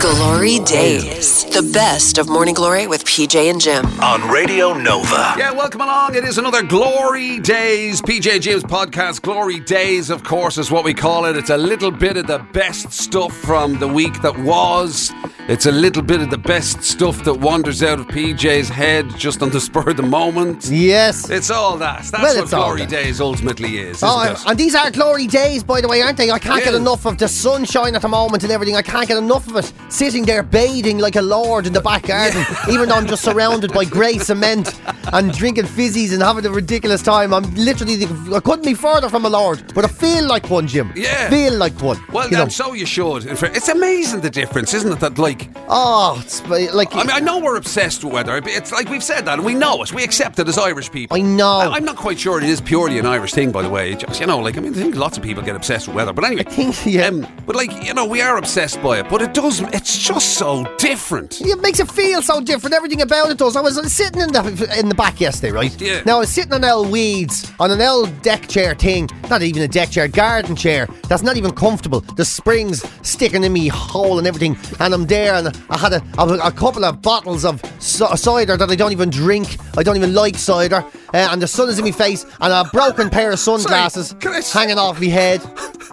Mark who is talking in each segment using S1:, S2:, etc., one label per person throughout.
S1: Glory Days. The best of Morning Glory with PJ and Jim.
S2: on Radio Nova.
S3: Yeah, welcome along. It is another Glory Days. PJ Jim's podcast, Glory Days, of course, is what we call it. It's a little bit of the best stuff from the week that was. It's a little bit of the best stuff that wanders out of PJ's head just on the spur of the moment.
S4: Yes.
S3: It's all that. That's
S4: Well,
S3: what
S4: it's all
S3: Glory
S4: that.
S3: Days ultimately is.
S4: Oh,
S3: isn't
S4: and-
S3: it?
S4: and these are glory days, by the way, aren't they? I can't get
S3: Yeah.
S4: enough of the sunshine at the moment and everything. I can't get enough of it. Sitting there bathing like a lord in the back garden, even though I'm just surrounded by grey cement and drinking fizzies and having a ridiculous time. I'm literally, the, I couldn't be further from a lord, but I feel like one, Jim.
S3: Yeah.
S4: Feel like one.
S3: well,
S4: you know.
S3: then, so you should. In fact, It's amazing the difference, isn't it? That, like,
S4: Oh, it's ba- like.
S3: I mean, I know we're obsessed with weather. but It's like we've said that, and we know it. We accept it as Irish people.
S4: I know.
S3: I, am not quite sure it is purely an Irish thing, by the way. Just, you know, like I mean, I think lots of people get obsessed with weather. But anyway, Um,
S4: I think, yeah.
S3: but like you know, we are obsessed by it. But it does. It's just so different.
S4: It makes it feel so different. Everything about it does. I was sitting in the in the back yesterday, right?
S3: Yeah.
S4: Now I was sitting on old weeds on an old deck chair thing. Not even a deck chair, garden chair. That's not even comfortable. The springs sticking in me hole and everything. And I'm there, and I had a, a, a couple of bottles of c- cider that I don't even drink. I don't even like cider. Uh, and the sun is in my face, and a broken pair of sunglasses
S3: can I s-
S4: hanging off my head.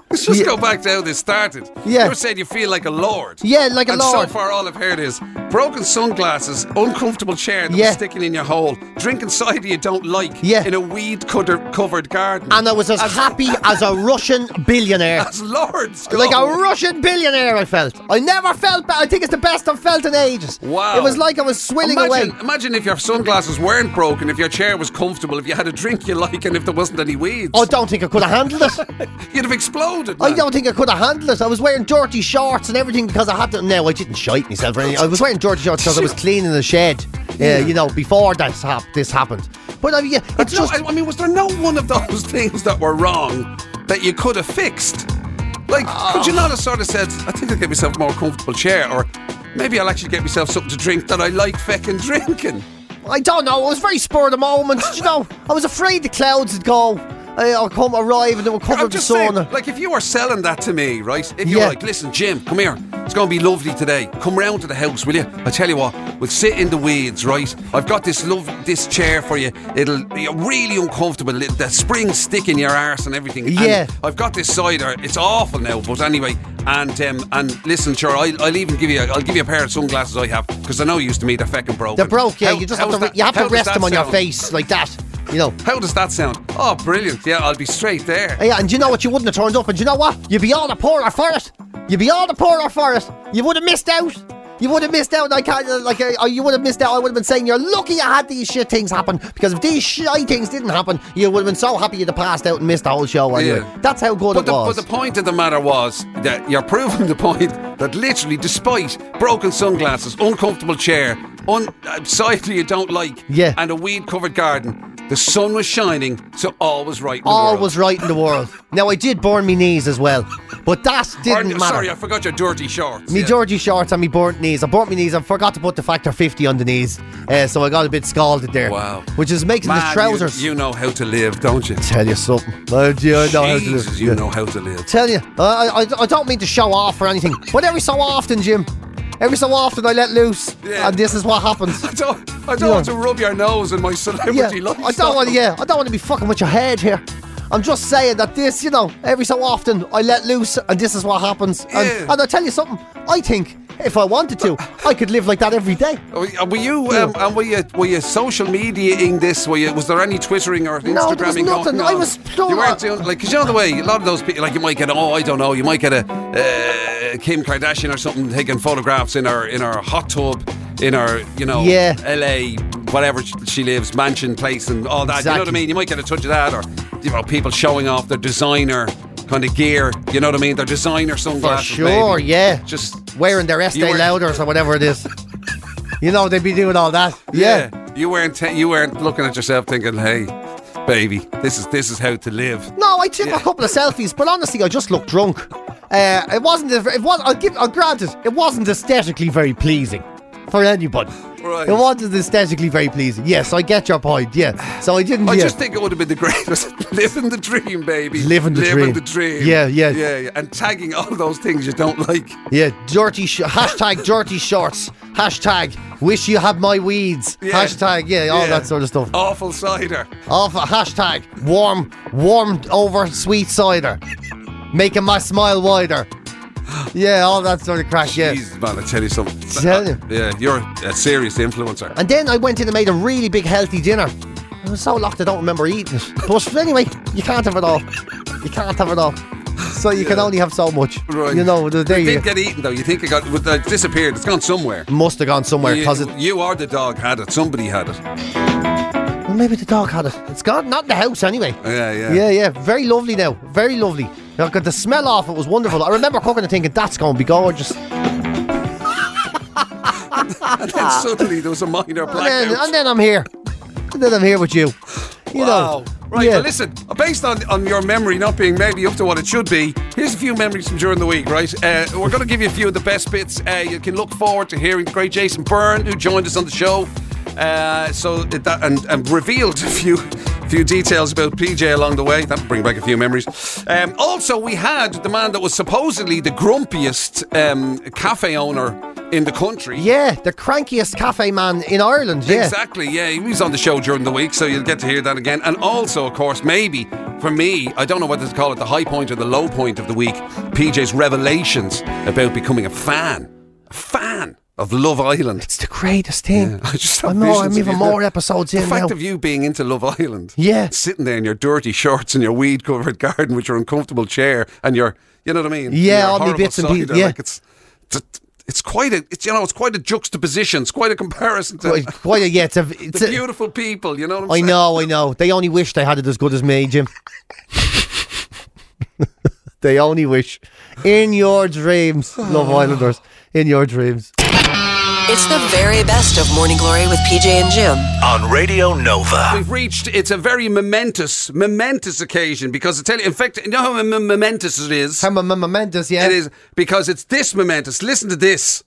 S3: Let's just
S4: Yeah.
S3: go back to how this started.
S4: Yeah.
S3: you were saying you feel like a lord.
S4: Yeah, like a
S3: and
S4: lord.
S3: so far, all I've heard is broken sunglasses, uncomfortable chair that
S4: Yeah.
S3: was sticking in your hole, drinking cider you don't like,
S4: Yeah.
S3: in a weed cutter- covered garden,
S4: And I was as happy as a Russian billionaire.
S3: as lords.
S4: Like
S3: go.
S4: a Russian billionaire, I felt. I never felt better. I think it's the best I've felt in ages.
S3: Wow.
S4: It was like I was swilling
S3: Imagine,
S4: away.
S3: imagine if your sunglasses weren't broken, if your chair was comfortable, if you had a drink you like, and if there wasn't any weeds.
S4: I Oh, don't think I could have handled it.
S3: you'd have exploded.
S4: I
S3: man.
S4: don't think I could have handled it. I was wearing dirty shorts and everything because I had to. No, I didn't shite myself or anything. I was wearing dirty shorts because I was cleaning the shed, yeah. you know, before this, hap- this happened. But I mean, yeah, it's
S3: No,
S4: just.
S3: I, I mean, was there no one of those things that were wrong that you could have fixed? Like, could you
S4: Oh.
S3: not have sort of said, "I think I'll get myself a more comfortable chair," or maybe I'll actually get myself something to drink that I like feckin' drinking?
S4: I don't know. I was very spur of the moment. you know, I was afraid the clouds would go. Uh, or come arrive and they would cover
S3: I'm
S4: the
S3: just
S4: sun.
S3: saying, like, if you were selling that to me, right? If you're
S4: Yeah.
S3: like, listen, Jim, come here. It's going to be lovely today. Come round to the house, will you? I tell you what, we'll sit in the weeds, right? I've got this love, this chair for you. It'll be really uncomfortable. It- The springs stick in your arse and everything. And
S4: Yeah.
S3: I've got this cider. It's awful now, but anyway. And um, and listen, sure, I'll, I'll even give you, a, I'll give you a pair of sunglasses I have because I know you used to me. They're feckin' broken.
S4: They're broke, yeah.
S3: How-
S4: you just
S3: how
S4: have to,
S3: does
S4: re-
S3: that-
S4: you have
S3: how
S4: to
S3: does
S4: rest
S3: that
S4: them on your
S3: sound?
S4: face like that. You know.
S3: How does that sound? Oh, brilliant! Yeah, I'll be straight there.
S4: Yeah, and you know what? You wouldn't have turned up, and you know what? You'd be all the poorer for it. You'd be all the poorer for it. You would have missed out. You would have missed out. and I can't, uh, like, uh, you would have missed out. I would have been saying you're lucky you had these shit things happen because if these shit things didn't happen, you would have been so happy you'd have passed out and missed the whole show. Anyway,
S3: Yeah.
S4: that's how good
S3: But
S4: it
S3: the, but
S4: was.
S3: the point of the matter was that you're proving the point that literally, despite broken sunglasses, uncomfortable chair, un- uh, cider you don't like,
S4: Yeah.
S3: and a weed covered garden, the sun was shining, so all was right. In the
S4: all
S3: world.
S4: was right in the world. Now I did burn me knees as well, but that
S3: Or,
S4: didn't matter.
S3: Sorry, I forgot your dirty shorts.
S4: Me
S3: yeah.
S4: Georgie shorts and me burnt knees. I burnt my knees. I forgot to put the factor 50 on the knees. Uh, so I got a bit scalded there.
S3: Wow.
S4: Which is making
S3: Man,
S4: the
S3: you-
S4: trousers.
S3: You, know how to live, don't you?
S4: Tell you something. I do know how to
S3: Jesus,
S4: live.
S3: you
S4: Yeah.
S3: know how to live.
S4: Tell you, I, I, I don't mean to show off or anything, but every so often, Jim, every so often I let loose,
S3: Yeah.
S4: and this is what happens.
S3: I don't, I don't
S4: Yeah.
S3: want to rub your nose in my celebrity
S4: yeah,
S3: lifestyle.
S4: I don't want. Yeah, I don't want to be fucking with your head here. I'm just saying that this, you know, every so often I let loose, and this is what happens. And,
S3: Yeah.
S4: and I tell you something, I think if I wanted to, I could live like that every day.
S3: Were were you um, and were you were you social mediaing this? Were you was there any twittering or
S4: No,
S3: Instagramming
S4: there was nothing.
S3: going
S4: I
S3: on?
S4: was so-
S3: you weren't doing like because you know the way a lot of those people like you might get oh I don't know you might get a uh, Kim Kardashian or something taking photographs in her in her hot tub in her you know
S4: Yeah.
S3: L.A. whatever sh- she lives mansion place and all that. You know what I
S4: Exactly.
S3: mean? You might get a touch of that or you know people showing off their designer kind of gear. You know what I mean? Their designer
S4: For
S3: sunglasses.
S4: sure,
S3: maybe.
S4: yeah.
S3: Just
S4: wearing their
S3: you
S4: Estee
S3: were-
S4: Lauders or whatever it is. you know, they'd be doing all that. Yeah.
S3: You weren't te- you weren't looking at yourself thinking, "Hey, baby, this is this is how to live."
S4: No, I took a couple of selfies, but honestly, I just looked drunk. Uh, it wasn't. A, it was. I'll give. I'll grant it. It wasn't aesthetically very pleasing. for anybody.
S3: Right.
S4: It wasn't aesthetically very pleasing. Yes, I get your point. Yeah. So I didn't.
S3: I
S4: yeah.
S3: just think it would have been the greatest. Living the dream, baby.
S4: Living the
S3: Living
S4: dream.
S3: the dream.
S4: Yeah, yeah.
S3: Yeah, yeah. And tagging all those things you don't like.
S4: Yeah, dirty sh- hashtag dirty shorts. Hashtag wish you had my weeds.
S3: Yeah.
S4: Hashtag yeah, all that sort of stuff.
S3: Awful cider.
S4: Off hashtag warm warm over sweet cider, making my smile wider. Yeah, all that sort of crack. Yeah.
S3: Jesus, man, I tell you something.
S4: Tell you.
S3: Yeah, you're a serious influencer.
S4: And then I went in and made a really big healthy dinner. I was so locked I don't remember eating it. But anyway, you can't have it all. You can't have it all. So you can
S3: Yeah.
S4: only have so much.
S3: Right.
S4: You know, there
S3: It
S4: you
S3: did get eaten though. You think it got it uh, disappeared? It's gone somewhere.
S4: must have gone somewhere
S3: you,
S4: because it
S3: you or the dog had it. Somebody had it. Yeah,
S4: Well, maybe the dog had it. It's gone, not in the house anyway.
S3: yeah.
S4: Yeah, yeah. Very lovely now. Very lovely. I got the smell off. It was wonderful. I remember cooking and thinking that's going to be gorgeous. And
S3: And then suddenly there was a minor blackout.
S4: then, and then I'm here. And then I'm here with you. You
S3: Wow.
S4: know.
S3: Right,
S4: Yeah.
S3: well, listen, based on, on your memory not being maybe up to what it should be, here's a few memories from during the week, right? Uh, we're going to give you a few of the best bits. Uh, you can look forward to hearing the great Jason Byrne, who joined us on the show, uh, so that, and, and revealed a few few details about PJ along the way. That'll bring back a few memories. Um, also, we had the man that was supposedly the grumpiest um, cafe owner in the country.
S4: Yeah, the crankiest cafe man in Ireland. Yeah.
S3: Exactly, yeah. He was on the show during the week, so you'll get to hear that again. And also, of course, maybe for me, I don't know whether to call it the high point or the low point of the week, PJ's revelations about becoming a fan. A fan of Love Island.
S4: It's the greatest thing.
S3: I just have
S4: I'm, all,
S3: visions
S4: I'm
S3: of
S4: even
S3: you.
S4: more episodes
S3: The
S4: in now.
S3: fact of you being into Love Island.
S4: Yeah.
S3: Sitting there in your dirty shorts and your weed covered garden with your uncomfortable chair and your, you know what I mean?
S4: Yeah,
S3: Your
S4: all me
S3: horrible
S4: bits and pieces,
S3: cider,
S4: yeah.
S3: Like it's, it's, it's quite a, it's, you know, it's quite a juxtaposition. It's quite a comparison to
S4: Quite- quite a- yeah, it's a, it's
S3: the
S4: a-
S3: beautiful people, you know what I'm
S4: I
S3: saying?
S4: know, I know. They only wish they had it as good as me, Jim. they only wish. In your dreams, Love Islanders. In your dreams.
S1: It's the very best of Morning Glory with PJ and Jim.
S2: on Radio Nova.
S3: We've reached, it's a very momentous, momentous occasion because I tell you, in fact, you know how mem- momentous it is?
S4: Some of my momentous, yeah.
S3: It is because it's this momentous. Listen to this.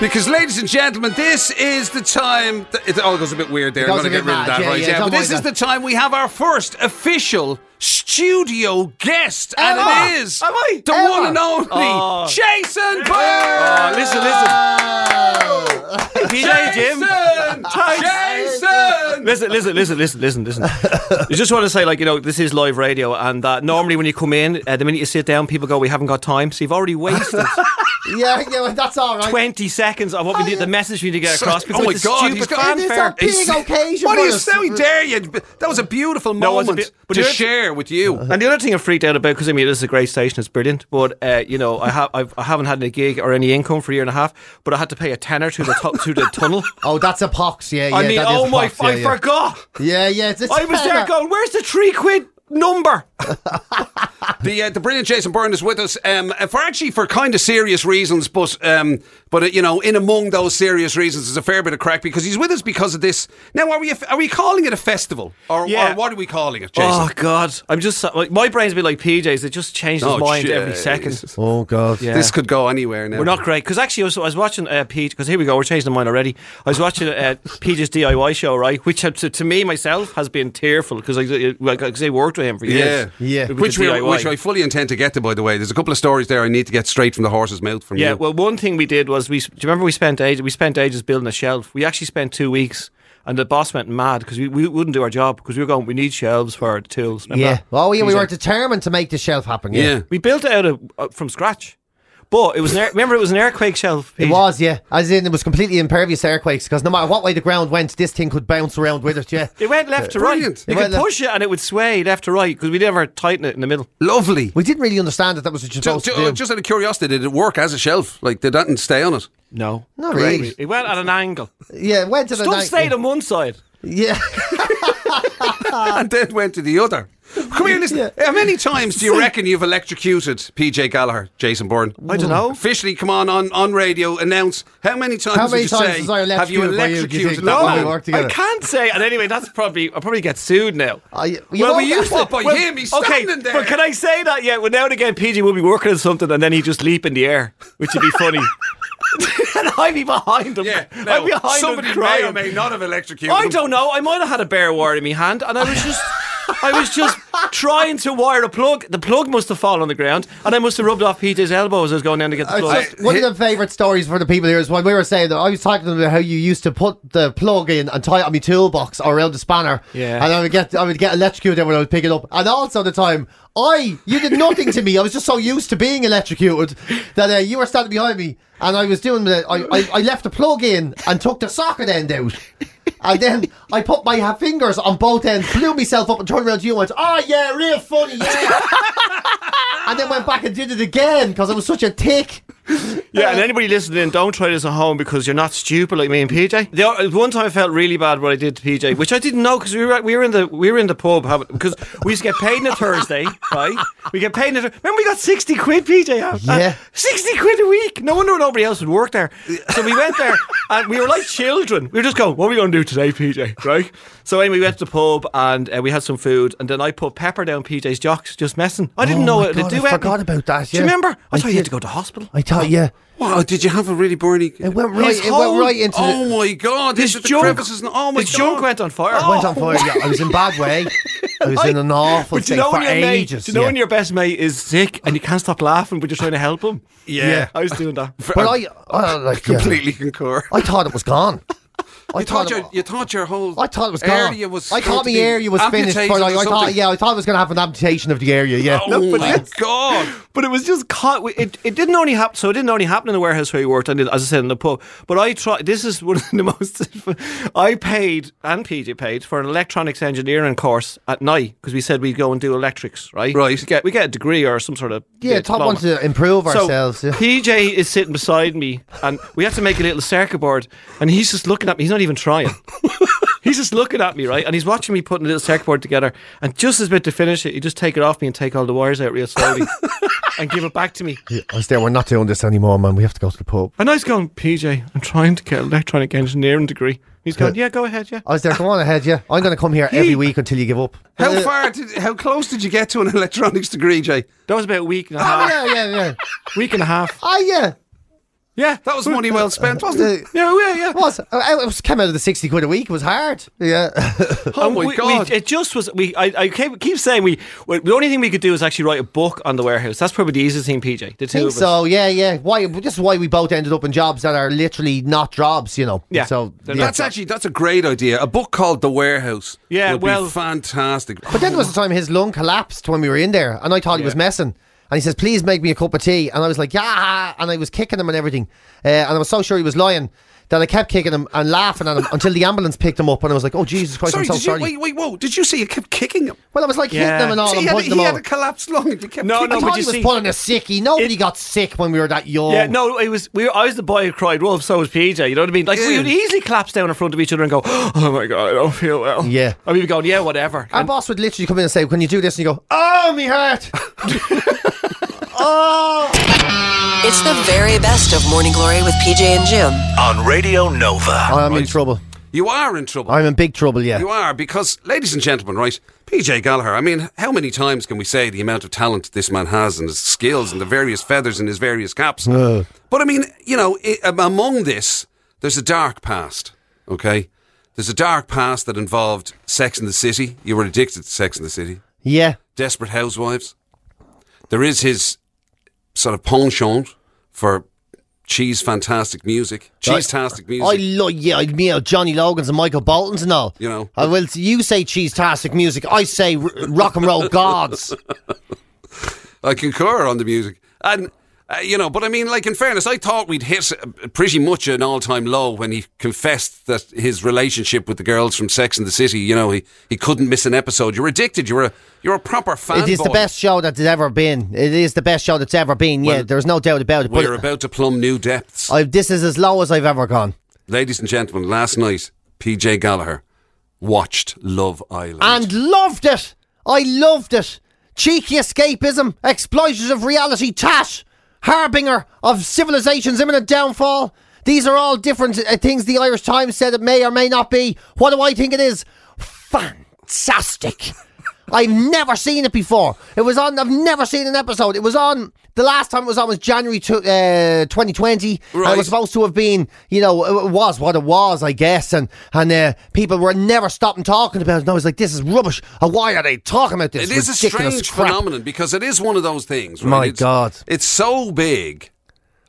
S3: Because, ladies and gentlemen, this is the time. That, it, oh, it goes a bit weird there. I'm
S4: goes
S3: going to
S4: a
S3: get
S4: bit
S3: rid of
S4: mad,
S3: that,
S4: yeah,
S3: right?
S4: yeah,
S3: but
S4: don't
S3: this
S4: mind
S3: is the
S4: that.
S3: time we have our first official studio guest,
S4: Emma!
S3: and it is
S4: Am I?
S3: the
S4: Emma!
S3: one and only
S5: Oh.
S3: Jason Byrne.
S5: Oh, listen,
S4: Oh!
S5: listen. PJ Jim.
S3: Jason! Jason!
S5: Listen, listen, listen, listen, listen, listen. I just want to say, like, you know, this is live radio, and uh, normally when you come in, uh, the minute you sit down, people go, "We haven't got time." So you've already wasted
S4: yeah, yeah, well, that's all right.
S5: twenty seconds of what
S4: Oh,
S5: we need, the message we need to get
S3: So-
S5: across.
S3: oh my
S5: with the
S3: God, he's
S5: stupid
S3: got-
S4: It is
S5: fanfare.
S4: our big occasion.
S3: What
S4: for
S3: do you
S4: us.
S3: say? Dare you? That was a beautiful
S5: No, it was a
S3: moment
S5: bit- but
S3: to
S5: you're-
S3: share with you.
S5: And the other thing I freaked out about because I mean this is a great station, it's brilliant, but uh, you know I have I've, I haven't had any gig or any income for a year and a half, but I had to pay a tenner to the tu- to the tunnel.
S4: Oh, that's a pox, yeah, yeah.
S5: I mean,
S4: that is
S5: oh
S4: a
S5: my,
S4: pox,
S5: I
S4: yeah, yeah.
S5: forgot.
S4: Yeah, yeah, it's, it's
S5: I was there
S4: fair.
S5: going, where's the three quid number?
S3: The uh, the brilliant Jason Byrne is with us um, uh, for actually for kind of serious reasons, but um, but uh, you know in among those serious reasons is a fair bit of crack because he's with us because of this. Now are we a f- are we calling it a festival or,
S5: Yeah.
S3: or what are we calling it, Jason?
S5: Oh God, I'm just so- like, my brain's a bit like PJ's. It just changes
S3: Oh,
S5: its mind every
S3: Jesus.
S5: second.
S4: Oh, God.
S5: Yeah.
S3: This could go anywhere now.
S5: We're not great because actually, I was, I was watching uh, PJ. Because here we go, we're changing the mind already. I was watching uh, PJ's DIY show, right? Which had, to, to me myself has been tearful because I, like, 'cause I worked with him for
S3: Yeah,
S5: years.
S4: Yeah.
S5: with
S3: Which
S5: the
S3: we,
S5: DIY.
S3: which I fully intend to get to. By the way, there's a couple of stories there I need to get straight from the horse's mouth from
S5: yeah.
S3: you.
S5: Well, one thing we did was we. Do you remember we spent ages? We spent ages building a shelf. We actually spent two weeks, and the boss went mad because we, we wouldn't do our job because we were going. We need shelves for our tools. Remember
S4: Yeah.
S5: that?
S4: Oh, yeah, we
S5: He's
S4: were
S5: like,
S4: determined to make the shelf happen,
S3: yeah.
S5: We built it out of, uh, from scratch, but it was an air, remember it was an earthquake shelf.
S4: It
S5: PJ.
S4: was, yeah. As in, it was completely impervious to earthquakes because no matter what way the ground went, this thing could bounce around with it, yeah.
S5: It went left to
S3: Brilliant.
S5: right. You
S4: It went
S5: could
S4: left-
S5: push it and it would sway left to right because we never tighten it in the middle.
S3: Lovely.
S4: We didn't really understand that that was what you're
S3: Ju-
S4: supposed
S3: ju- oh,
S4: to do.
S3: just out of curiosity, did it work as a shelf? Like, did that stay on it?
S5: No.
S4: Not really.
S5: It went at an angle.
S4: Yeah, went to the
S5: Stuff
S4: night.
S5: stayed on one side.
S4: Yeah,
S3: and then went to the other. Come here, listen. How many times do you reckon you've electrocuted PJ Gallagher, Jason Bourne?
S5: I don't know.
S3: Officially, come on on, on radio, announce how many times
S4: How many
S3: did you
S4: times
S3: say,
S4: was I
S3: have you
S4: electrocuted by you, do you
S3: electrocuted
S4: think?
S3: that
S4: No.
S3: man?
S4: We work together.
S5: I can't say. And anyway, that's probably I'll probably get sued now.
S4: I- you
S3: Well, we
S4: know
S3: used
S4: that-
S3: to by him. He's
S5: okay,
S3: standing there.
S5: but can I say that? Yeah, well, now and again, PG will be working on something, and then he just leap in the air, which would be funny. and I'd be behind him.
S3: Yeah,
S5: I'd
S3: now,
S5: be behind
S3: somebody
S5: him
S3: may
S5: crying.
S3: or may not have electrocuted.
S5: I
S3: him.
S5: don't know. I might have had a bear wire in my hand, and I was just, I was just trying to wire a plug. The plug must have fallen on the ground, and I must have rubbed off Peter's elbow as I was going down to get the
S4: It's
S5: plug.
S4: just one of the favourite stories for the people here is when we were saying that I was talking to them about how you used to put the plug in and tie it on my toolbox or around the spanner.
S5: Yeah.
S4: And I would get I would get electrocuted when I would pick it up. And also the time I you did nothing to me. I was just so used to being electrocuted that uh, you were standing behind me and I was doing the I, I, I left the plug in and took the socket end out. And then I put my ha- fingers on both ends, blew myself up, and turned around to you and went, "Oh yeah, real funny, yeah." and then went back and did it again because I was such a tick.
S5: Yeah, and anybody listening, in, don't try this at home because you're not stupid like me and PJ. The o- one time I felt really bad what I did to PJ, which I didn't know because we were at- we were in the we were in the pub having- because we used to get paid on a Thursday, right? We get paid on a remember we got sixty quid, PJ. uh,
S4: Yeah.
S5: sixty quid a week. No wonder nobody else would work there. So we went there and we were like children. We were just going, "What are we going to do today, PJ?" Right? So anyway, we went to the pub and uh, we had some food, and then I put pepper down PJ's jocks, just messing. I didn't
S4: Oh
S5: know
S4: my
S5: it
S4: God,
S5: would do.
S4: I forgot
S5: anything.
S4: about that,
S5: Do you
S4: yeah.
S5: remember? I,
S4: I
S5: thought you
S4: did.
S5: had to go to hospital.
S4: I thought, yeah,
S3: Wow, Oh, did you have a really burning?
S4: it went right. It
S5: whole-
S4: went right into.
S3: oh my god!
S5: His
S3: This is the
S5: junk-
S3: crevices. and- Oh my
S5: his
S3: god!
S5: junk went on fire.
S4: It went on fire. Yeah, I was in bad way. I was in an awful
S5: Oh, But do
S4: state
S5: you know
S4: for
S5: when your
S4: ages.
S5: mate, do you know
S4: yeah.
S5: when your best mate is sick and you can't stop laughing, but you're trying to help him?
S3: Yeah.
S5: I was doing that.
S4: but I, I like yeah.
S3: Oh, completely concur.
S4: I thought it was gone. I
S3: You thought,
S4: it
S3: your,
S4: wa-
S3: you thought your whole
S4: I thought it was gone.
S3: area was
S4: I
S3: going
S4: thought
S3: to
S4: my
S3: be
S4: area was finished.
S3: amputated
S4: For like,
S3: or
S4: I thought,
S3: something.
S4: yeah, I thought it was going to have an amputation of the area. Yeah.
S3: Oh
S5: but
S3: my
S5: yes.
S3: god!
S5: But it was just caught. It, it didn't only happen. So it didn't only happen in the warehouse where he worked. And it- as I said in the pub. But I tried. This is one of the most. I paid and PJ paid for an electronics engineering course at night because we said we'd go and do electrics. Right.
S3: Right.
S5: We get we get a degree or some sort of
S4: yeah, Tom
S5: uh, diploma.
S4: wanted to improve ourselves.
S5: So,
S4: yeah.
S5: PJ is sitting beside me, and we have to make a little circuit board, and he's just looking at me. He's not even trying. he's just looking at me, right? And he's watching me putting a little circuit board together. And just as about to finish it, he just take it off me and take all the wires out real slowly, and give it back to me.
S4: Yeah, I was there. We're not doing this anymore, man. We have to go to the pub.
S5: And I was going, PJ, I'm trying to get an electronic engineering degree. He's going, yeah, go ahead, yeah.
S4: I was there. Go on ahead, yeah. I'm going to come here every week until you give up. Uh,
S3: How far? Did, how close did you get to an electronics degree, Jay?
S5: That was about a week and a
S4: Oh
S5: half.
S4: yeah, yeah, yeah.
S5: Week and a half.
S4: Oh yeah.
S5: Yeah,
S3: That was money well spent, wasn't
S4: Uh,
S3: it?
S5: Yeah, oh, yeah, yeah.
S4: It was. uh, It was came out of the sixty quid a week. It was hard. Yeah.
S3: Oh
S5: And
S3: my
S5: we- we-
S3: god!
S5: it just was. We I, I keep, keep saying we, we. The only thing we could do is actually write a book on the warehouse. That's probably the easiest thing, PJ. The two
S4: think
S5: of us.
S4: so. Yeah, yeah. Why? This is why we both ended up in jobs that are literally not jobs. You know.
S5: Yeah.
S4: So
S5: They're
S4: yeah.
S3: that's actually that's a great idea. A book called The Warehouse.
S5: Yeah,
S3: would be
S5: well-
S3: fantastic.
S4: But then there was the time his lung collapsed when we were in there, and I thought he was messing. And he says, "Please make me a cup of tea." And I was like, "Yeah," and I was kicking him and everything. Uh, and I was so sure he was lying that I kept kicking him and laughing at him until the ambulance picked him up. And I was like, "Oh Jesus Christ,
S3: sorry,
S4: I'm so
S3: did you,
S4: sorry."
S3: wait, wait, whoa! Did you see you kept kicking him?
S4: Well, I was like
S5: Yeah.
S4: hitting him and all,
S3: So he
S4: and
S3: had, a-
S4: punching him
S3: he had
S4: all.
S3: a collapsed lung. And you kept
S5: No,
S3: kicking
S5: no,
S4: I
S3: him.
S5: but
S4: thought
S5: you
S4: he was
S5: see-
S4: pulling a sickie. Nobody got sick when we were that young.
S5: Yeah, no, it was. We were, I was the boy who cried wolf. So was PJ. You know what I mean? Like we
S3: Yeah.
S5: would easily collapse down in front of each other and go, "Oh my god, I don't feel well."
S4: Yeah.
S5: and we'd be going, "Yeah, whatever."
S4: Our
S5: And-
S4: boss would literally come in and say, "Can you do this?" And you go, "Oh, me heart."
S1: It's the very best of Morning Glory with PJ and Jim.
S2: on Radio Nova.
S4: I'm in trouble.
S3: You are in trouble.
S4: I'm in big trouble. Yeah.
S3: You are because, ladies and gentlemen, right? PJ Gallagher. I mean, how many times can we say the amount of talent this man has and his skills and the various feathers in his various caps? But I mean, you know, i um, among this, there's a dark past. Okay, there's a dark past that involved Sex in the City. You were addicted to Sex in the City.
S4: yeah.
S3: Desperate Housewives. There is his sort of penchant for cheese fantastic music, cheese tastic
S4: I
S3: music.
S4: love yeah, I- me know, Johnny Logan's and Michael Bolton's and all.
S3: You know.
S4: I will. You say cheese-tastic music. I say r- rock and roll gods.
S3: I, concur on the music. And, uh, you know, but I mean, like, in fairness, I thought we'd hit uh, pretty much an all time low when he confessed that his relationship with the girls from Sex and the City, you know, he, he couldn't miss an episode. You're addicted. You're a, you're a proper fan.
S4: It is the best show that's ever been. It is the best show that's ever been. Yeah,
S3: Well,
S4: there's no doubt about it.
S3: We're
S4: But
S3: about to plumb new depths.
S4: I, this is as low as I've ever gone,
S3: Ladies and gentlemen, last night, PJ Gallagher watched Love Island.
S4: and loved it. I loved it. Cheeky escapism, exploitative reality tash, harbinger of civilization's imminent downfall. These are all different uh, things the Irish Times said it may or may not be. What do I think it is? Fantastic. I've never seen it before. It was on. I've never seen an episode. It was on. The last time it was on was January to, uh, 2020. And it
S3: Right.
S4: was supposed to have been, you know, it was what it was, I guess. And and uh, people were never stopping talking about it. And I was like, this is rubbish. Uh, Why are they talking about this?
S3: It is a
S4: ridiculous
S3: strange
S4: crap?
S3: phenomenon because it is one of those things. Right?
S4: My
S3: It's-
S4: God.
S3: it's so big,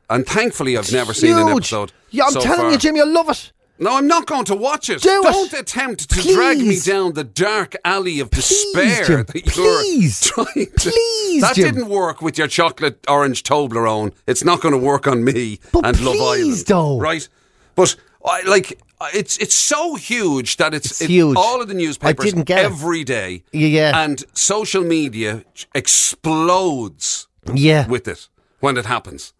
S3: and thankfully I've never seen an
S4: Huge.
S3: episode.
S4: Yeah, I'm
S3: so
S4: telling
S3: far.
S4: you, Jimmy, I love it.
S3: No, I'm not going to watch it.
S4: Do it.
S3: Don't attempt to drag me
S4: Please.
S3: down the dark alley of despair
S4: Jim.
S3: that you're
S4: Please.
S3: trying to.
S4: Please,
S3: that
S4: Jim.
S3: didn't work with your chocolate orange Toblerone. It's not going to work on me
S4: But
S3: and Love Island,
S4: please, though.
S3: right? But I like. I- It's it's so huge that it's,
S4: It's huge.
S3: All of the newspapers
S4: didn't get it.
S3: every day,
S4: Yeah, yeah.
S3: and social media explodes
S4: Yeah.
S3: with it when it happens.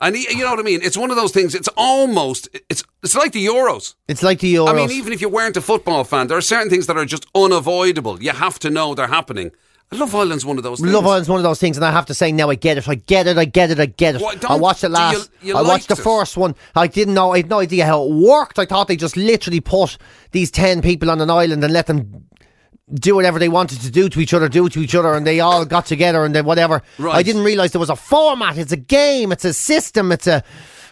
S3: And y- you know what I mean? It's one of those things. It's almost it's it's like the Euros.
S4: It's like the uh, Euros.
S3: I mean, even if you weren't a football fan, there are certain things that are just unavoidable. You have to know they're happening. Love Island's one of those.
S4: Love
S3: things.
S4: Island's one of those things, and I have to say now I get it. I get it. I get it. I get it.
S3: Why don't-
S4: I watched it
S3: do
S4: last.
S3: you- you
S4: I watched the
S3: liked it?
S4: first one. I didn't know. I had no idea how it worked. I thought they just literally put these ten people on an island and let them do whatever they wanted to do to each other, do to each other, and they all got together and they whatever.
S3: Right.
S4: I didn't realize there was a format. It's a game. It's a system. It's a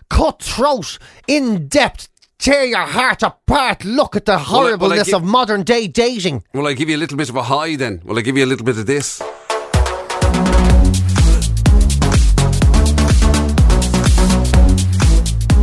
S4: cutthroat, in depth. Tear your heart apart. Look at the
S3: I
S4: horribleness
S3: gi-
S4: of modern day dating.
S3: Will I give you a little bit of a high then? Will I give you a little bit of this?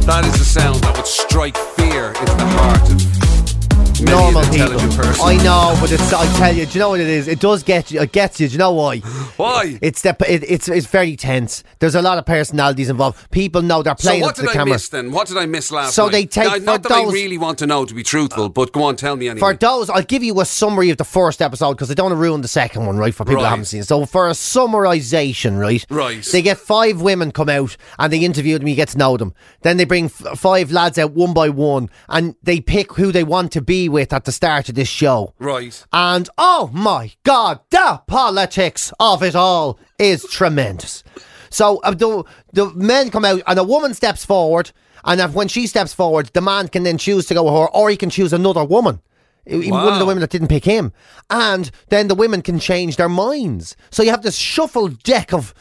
S3: That is a sound that would strike fear into the heart of many an
S4: normal people.
S3: intelligent person.
S4: I know, but it's, I tell you, do you know what it is? It does get you. It gets you. Do you know why?
S3: Why?
S4: It's the, it, it's it's very tense. There's a lot of personalities involved. People know they're
S3: So
S4: playing
S3: what
S4: up to
S3: did
S4: the
S3: I
S4: camera.
S3: miss then? What did I miss last
S4: So
S3: night?
S4: they take
S3: Now, not
S4: for
S3: that I
S4: those-
S3: really want to know to be truthful, but go on, tell me anyway.
S4: For those, I'll give you a summary of the first episode because I don't want to ruin the second one, right? For people
S3: Right.
S4: that haven't seen it. So, for a summarization, right?
S3: Right.
S4: They get five women come out and they interview them, you get to know them. Then they bring f- five lads out one by one and they pick who they want to be with at the start of this show.
S3: right.
S4: And oh my God, the politics of it all is tremendous. So uh, the, the men come out and a woman steps forward, and if, when she steps forward, the man can then choose to go with her, or he can choose another woman. E- even One of the
S3: Wow.
S4: women that didn't pick him. And then the women can change their minds. So you have this shuffled deck of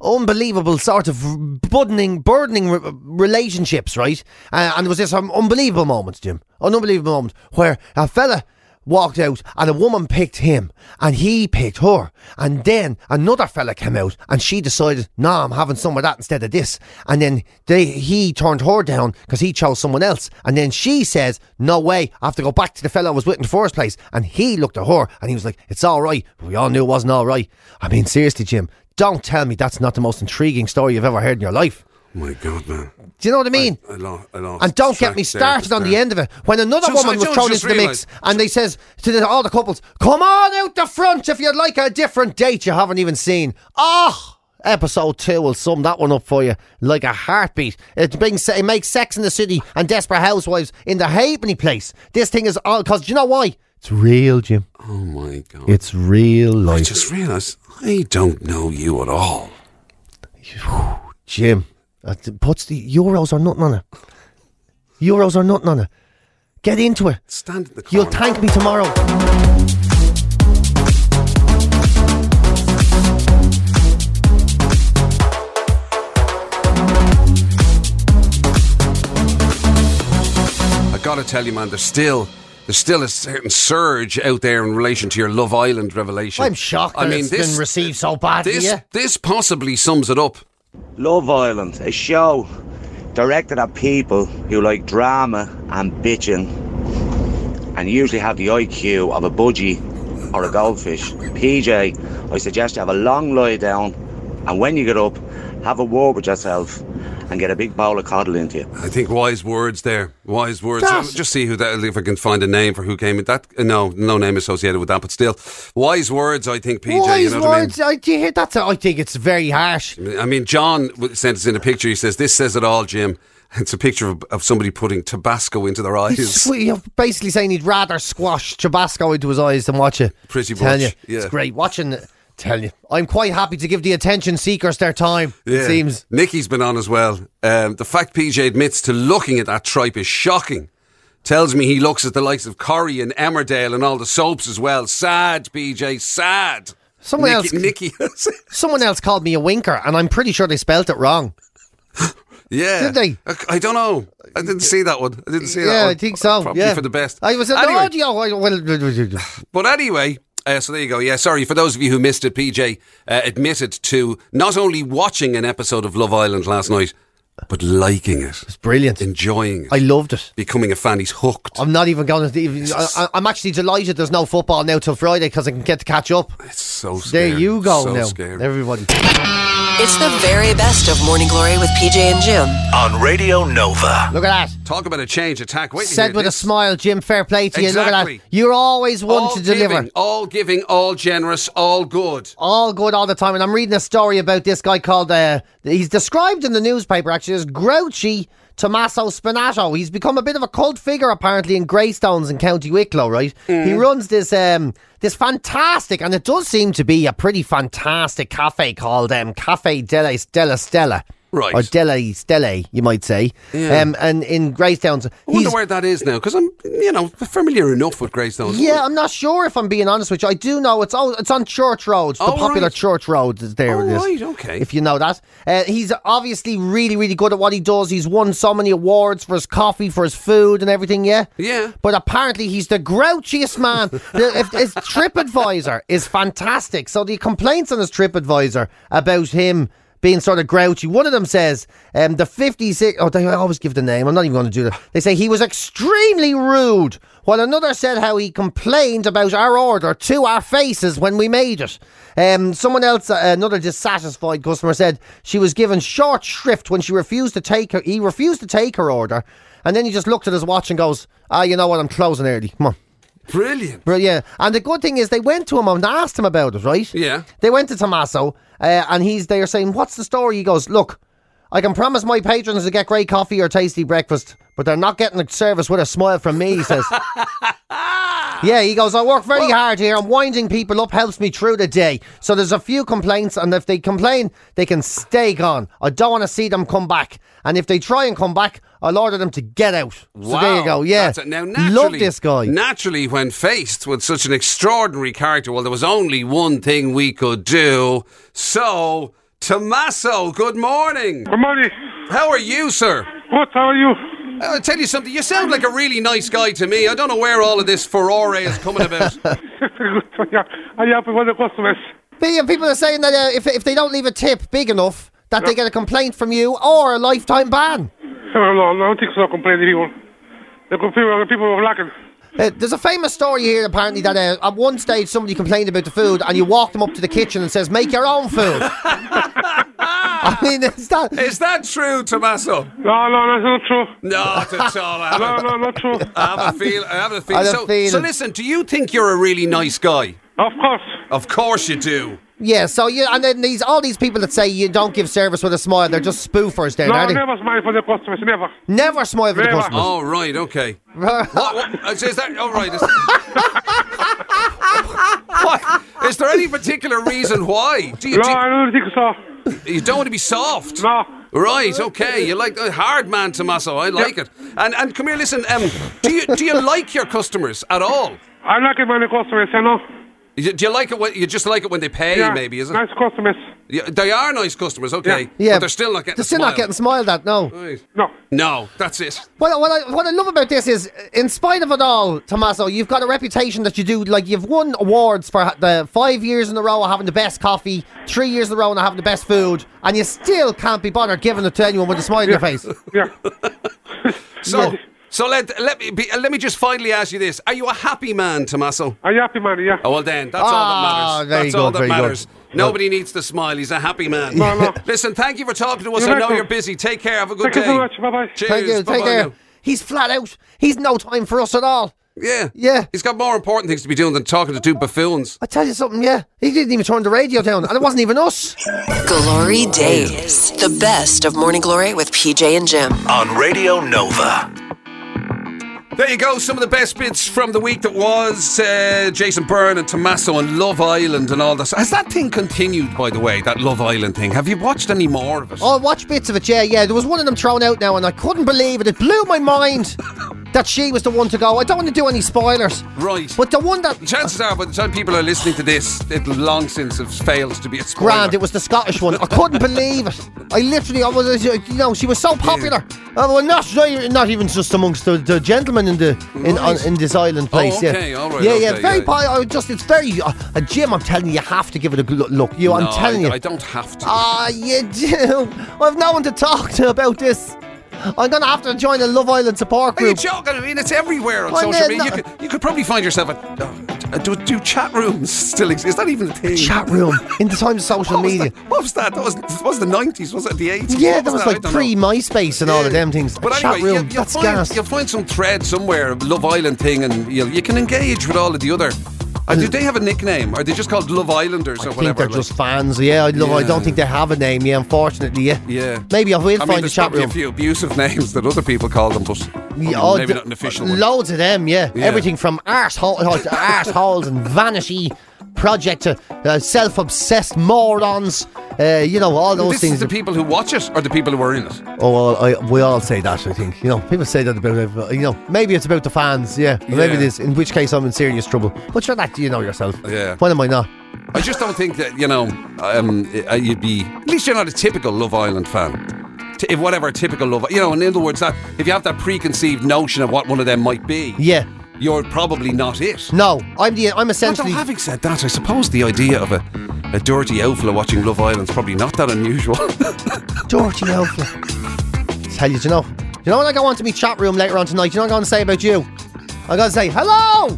S4: unbelievable sort of burdening, burdening re- relationships, right? Uh, and there was this um, unbelievable moment, Jim. An unbelievable moment where a fella walked out and a woman picked him and he picked her. And then another fella came out and she decided, no, I'm having some of that instead of this. And then they, he turned her down because he chose someone else. And then she says, no way, I have to go back to the fella I was with in the first place. And he looked at her and he was like, it's all right. But we all knew it wasn't all right. I mean, seriously, Jim, don't tell me that's not the most intriguing story you've ever heard in your life.
S3: Oh my God, man.
S4: Do you know what I mean?
S3: I lo- I lost
S4: And don't get
S3: track
S4: me
S3: there
S4: started
S3: just
S4: on the
S3: there.
S4: end of it. When another
S3: Just- I
S4: woman was
S3: just-
S4: thrown
S3: just
S4: into the mix
S3: realised-
S4: and they says to the, all the couples, come on out the front if you'd like a different date you haven't even seen. Ah, episode two will sum that one up for you like a heartbeat. It brings it makes Sex in the City and Desperate Housewives in the Halfpenny Place. This thing is all because do you know why? It's real, Jim.
S3: Oh my God.
S4: It's real
S3: I
S4: life,
S3: just realised I don't know you at all.
S4: Jim. It puts the euros are nothing on it. Euros are nothing on it. Get into it.
S3: Stand in the corner.
S4: You'll thank me tomorrow.
S3: I gotta tell you, man, there's still there's still a certain surge out there in relation to your Love Island revelation.
S4: I'm shocked that it's been received so badly.
S3: This
S4: yeah.
S3: this possibly sums it up.
S6: Love Island, a show directed at people who like drama and bitching and usually have the IQ of a budgie or a goldfish. PJ, I suggest you have a long lie down and when you get up, have a war with yourself and get a big bowl of coddle into you.
S3: I think wise words there. Wise words.
S4: That-
S3: So just see who that if I can find a name for who came in. That no, no name associated with that, but still, wise words. I think PJ. you
S4: Wise
S3: know what I mean?
S4: words. I, do you hear that's a, I think it's very harsh.
S3: I mean, John w- sent us in a picture. He says, This says it all, Jim. It's a picture of, of somebody putting Tabasco into their eyes.
S4: Swe- You're basically saying he'd rather squash Tabasco into his eyes than watch it.
S3: Pretty
S4: Tell
S3: much,
S4: you,
S3: yeah.
S4: It's great watching it. Tell you. I'm quite happy to give the attention seekers their time, it seems.
S3: Nikki's been on as well. Um, the fact PJ admits to looking at that tripe is shocking. Tells me he looks at the likes of Corrie and Emmerdale and all the soaps as well. Sad, PJ, sad.
S4: Someone
S3: Nikki,
S4: else-
S3: Nikki.
S4: Someone else called me a winker, and I'm pretty sure they spelt it wrong.
S3: yeah.
S4: Did they?
S3: I- I don't know. I didn't see that one. I didn't see that
S4: yeah,
S3: one.
S4: I think so.
S3: Probably
S4: yeah.
S3: for the best.
S4: I was an
S3: Anyway.
S4: audio. I- well,
S3: But anyway, uh, so there you go. Yeah, sorry for those of you who missed it. PJ uh, admitted to not only watching an episode of Love Island last night, but liking it,
S4: It's brilliant.
S3: enjoying it,
S4: I loved it.
S3: becoming a fan. He's hooked.
S4: I'm not even going to. Even, I- I, I'm actually delighted there's no football now till Friday because I can get to catch up.
S3: It's so
S4: There
S3: scary.
S4: you go
S3: so
S4: now,
S3: scary.
S4: everybody.
S1: It's the very best of Morning Glory with PJ and Jim.
S2: on Radio Nova.
S4: Look at that.
S3: Talk about a change attack. Wait, till you
S4: Said
S3: hear
S4: with a
S3: this.
S4: smile, Jim. Fair play to you. Look
S3: Exactly.
S4: at that. You're always one
S3: All
S4: to deliver.
S3: giving, all giving, all generous, all good.
S4: All good all the time. And I'm reading a story about this guy called, uh, he's described in the newspaper actually as Grouchy Tommaso Spinato. He's become a bit of a cult figure apparently in Greystones in County Wicklow, right?
S3: Mm.
S4: He runs this um, this fantastic, and it does seem to be a pretty fantastic cafe called um, Cafe della, della Stella.
S3: Right.
S4: Or Della Stella, you might say. Um, and in Greystones.
S3: I wonder
S4: he's-
S3: where that is now because I'm, you know, familiar enough with Greystones.
S4: yeah, I'm not sure if I'm being honest with you. I do know it's all, it's on Church Road, the
S3: Oh,
S4: popular
S3: right.
S4: Church Road is there.
S3: Oh,
S4: it is,
S3: right, okay.
S4: If you know that, uh, he's obviously really, really good at what he does. He's won so many awards for his coffee, for his food, and everything. Yeah,
S3: Yeah.
S4: But apparently, he's the grouchiest man. The- if, his TripAdvisor is fantastic. So the complaints on his TripAdvisor about him. Being sort of grouchy. One of them says, um, the 56, oh, they always give the name. I'm not even going to do that. They say he was extremely rude, while another said how he complained about our order to our faces when we made it. Um, someone else, uh, another dissatisfied customer, said she was given short shrift when she refused to take her, he refused to take her order. And then he just looked at his watch and goes, "Ah, you know what? I'm closing early. Come on."
S3: Brilliant.
S4: But yeah, and the good thing is they went to him and asked him about it, right?
S3: Yeah.
S4: They went to Tommaso, uh, and he's there saying, "What's the story?" He goes, "Look, I can promise my patrons to get great coffee or tasty breakfast, but they're not getting a service with a smile from me." He says. Yeah, he goes, I work very hard here and winding people up helps me through the day. So there's a few complaints, and if they complain, they can stay gone. I don't want to see them come back. And if they try and come back, I'll order them to get out. So there you
S3: Wow,
S4: go. Yeah.
S3: that's it. Now, naturally,
S4: Love this guy.
S3: Naturally, when faced with such an extraordinary character, well, there was only one thing we could do. So, Tommaso, good morning.
S7: Good morning.
S3: How are you, sir? Uh,
S7: What? How are you?
S3: I'll tell you something. You sound like a really nice guy to me. I don't know where all of this furore is coming about.
S7: Good. Yeah, I have one of the customers.
S4: But yeah, people are saying that uh, if, if they don't leave a tip big enough, that they get a complaint from you or a lifetime ban.
S7: No, no, no, I don't think so. Complain to people. The people, people are lacking.
S4: Uh, there's a famous story here, apparently, that uh, at one stage somebody complained about the food, and you walked them up to the kitchen and says, "Make your own food." I mean, it's that.
S3: is that true, Tommaso?
S7: No, no, that's not true.
S3: Not at all. I
S7: No,
S3: haven't.
S7: no, not true.
S3: I have a feel. I have a feel.
S4: I have a
S3: so, so
S4: feeling.
S3: listen. Do you think you're a really nice guy?
S7: Of course.
S3: Of course you do.
S4: Yeah, so you and then these all these people that say you don't give service with a smile, they're just spoofers then,
S7: No,
S4: are they?
S7: never smile for the customers. Never.
S4: Never smile for the
S7: Never.
S4: customers.
S3: Oh right, okay. What, what, uh, so is that all right? Is, what, is there any particular reason why? Do you,
S7: No,
S3: do
S7: I don't think so.
S3: you, you don't want to be soft?
S7: No.
S3: Right, okay. You like a hard man, Tommaso. I like it. And and come here, listen. Um, do you do you like your customers at all?
S7: I like it when the customers, you know.
S3: You- Do you like it? When, you just like it when they pay,
S7: Yeah,
S3: maybe, is it?
S7: Nice customers.
S3: Yeah, they are nice customers, okay.
S7: Yeah.
S4: Yeah,
S3: but they're still not getting.
S4: They're
S3: a smile.
S4: still
S3: Mm.
S4: not getting smiled at. No.
S3: Right.
S7: No.
S3: No, that's it.
S4: What, what, I, what I love about this is, in spite of it all, Tommaso, you've got a reputation that you do. Like, you've won awards for ha- the five years in a row of having the best coffee, three years in a row of having the best food, and you still can't be bothered giving it to anyone with a smile on your face.
S7: Yeah.
S3: So. So let, let me be, let me just finally ask you this: Are you a happy man, Tommaso?
S7: I'm happy, man. Yeah.
S3: Oh well, then that's
S4: Ah,
S3: all that matters.
S4: very
S3: That's all
S4: good,
S3: that
S4: very good.
S3: matters. Nobody needs to smile. He's a happy man.
S7: No, no.
S3: Listen, thank you for talking to us. I
S7: You're
S3: know
S7: welcome.
S3: you're busy. Take care. Have a good
S7: Thank
S3: day.
S7: you so much. Bye bye.
S3: Cheers.
S4: Thank you.
S3: Bye-bye
S4: Take care.
S3: now.
S4: He's flat out. He's no time for us at all.
S3: Yeah.
S4: Yeah.
S3: He's got more important things to be doing than talking to two buffoons.
S4: I tell you something, yeah. He didn't even turn the radio down, and it wasn't even us.
S1: Glory Days. The best of Morning Glory with PJ and Jim.
S2: on Radio Nova.
S3: There you go. Some of the best bits from the week that was uh, Jason Byrne and Tommaso and Love Island and all this. Has that thing continued, by the way? That Love Island thing. Have you watched any more of it?
S4: Oh, I watched bits of it, yeah, yeah. There was one of them thrown out now, and I couldn't believe it. It blew my mind that she was the one to go. I don't want to do any spoilers.
S3: Right.
S4: But the one that.
S3: Chances are, by the time people are listening to this, it'll long since have failed to be a spoiler.
S4: Grand, it was the Scottish one. I couldn't believe it. I literally, I was, you know, she was so popular. Uh, well, not not even just amongst the, the gentlemen in the in, on,
S3: Right. Oh,
S4: in this island place.
S3: okay,
S4: yeah,
S3: all right,
S4: yeah, yeah.
S3: okay,
S4: Very
S3: yeah.
S4: popular. I just, it's very. Uh, uh, Jim, I'm telling you, you have to give it a good look. You,
S3: No,
S4: I'm telling
S3: I,
S4: you.
S3: I don't have to.
S4: Ah, you do. I've no one to talk to about this. I'm gonna have to join a Love Island support
S3: Are you
S4: group.
S3: joking? I mean, it's everywhere on
S4: Well,
S3: social
S4: no,
S3: media.
S4: no.
S3: You, could, you could probably find yourself at. Uh, do, do chat rooms still exist? Is that even a thing?
S4: Chat room in the times of social
S3: What was,
S4: media.
S3: that? what was that? That was, that was the 90s, was it the 80s?
S4: Yeah,
S3: What
S4: that was
S3: I
S4: like
S3: don't
S4: pre
S3: know.
S4: MySpace and all of them things.
S3: But
S4: Chat
S3: anyway,
S4: room,
S3: you, will
S4: that's
S3: find,
S4: gas.
S3: you'll find some thread somewhere, Love Island thing, and you you can engage with all of the other. And do they have a nickname? Are they just called Love Islanders or
S4: I think
S3: whatever?
S4: they're
S3: like-
S4: just fans. Yeah, I, love, I don't
S3: Yeah.
S4: think they have a name. Yeah, unfortunately. Yeah.
S3: Yeah.
S4: Maybe I will
S3: I mean,
S4: find a
S3: there's
S4: chat
S3: probably
S4: room.
S3: a few abusive names that other people call them, but
S4: Yeah,
S3: oh,
S4: oh,
S3: maybe
S4: d-
S3: not an official one.
S4: Loads of them. Yeah.
S3: Yeah.
S4: Everything from arsehole, oh, to arseholes and vanity project to uh, self-obsessed morons. Uh, you know all those
S3: This
S4: things.
S3: is the people who watch it or the people who are in it.
S4: Oh, well, I, we all say that, I think. You know, people say that about, everybody. you know, maybe it's about the fans, yeah. Or Maybe
S3: Yeah.
S4: it is, in which case I'm in serious trouble. But you're not, you know yourself.
S3: Yeah.
S4: When am I not?
S3: I just don't think that you know um, uh, you'd be. At least you're not a typical Love Island fan. T- If whatever a typical Love, you know, in other words, that if you have that preconceived notion of what one of them might be,
S4: Yeah.
S3: you're probably not it.
S4: No, I'm the, I'm
S3: Well, though,
S4: essentially.
S3: having said that, I suppose the idea of a, a dirty outflow watching Love Island's probably not that unusual.
S4: Dirty outfit. Tell you, do you know? Do you know when I go onto my chat room later on tonight? Do you know what I'm going to say about you? I'm going to say, hello!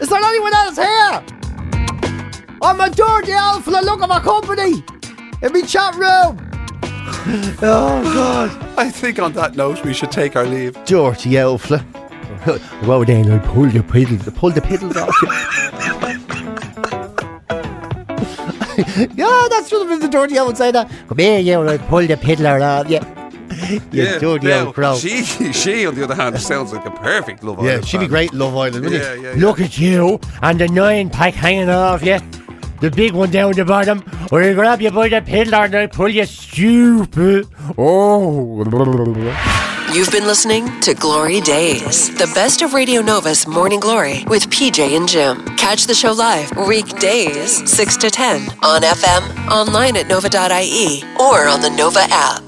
S4: Is there anyone else here? I'm a dirty elf for the look of a company in my chat room. oh, God.
S3: I think on that note, we should take our leave.
S4: dirty elfle. well then, I pulled the piddle, pulled the piddles off you. yeah, that's what the dirty elf would say that. Come here, you, I pulled the piddler off you. You dirty
S3: now,
S4: old crow.
S3: She, she, on the other hand, sounds like a perfect Love Island.
S4: yeah, she'd be
S3: fan.
S4: great, Love Island, wouldn't
S3: Yeah,
S4: it?
S3: yeah, yeah.
S4: Look at you and the nine pack hanging off you. The big one down the bottom, or I grab you by the piddler and I pull you stupid. Oh.
S1: You've been listening to Glory Days, the best of Radio Nova's Morning Glory with PJ and Jim. Catch the show live weekdays 6 to 10 on FM, online at nova.ie, E, or on the Nova app.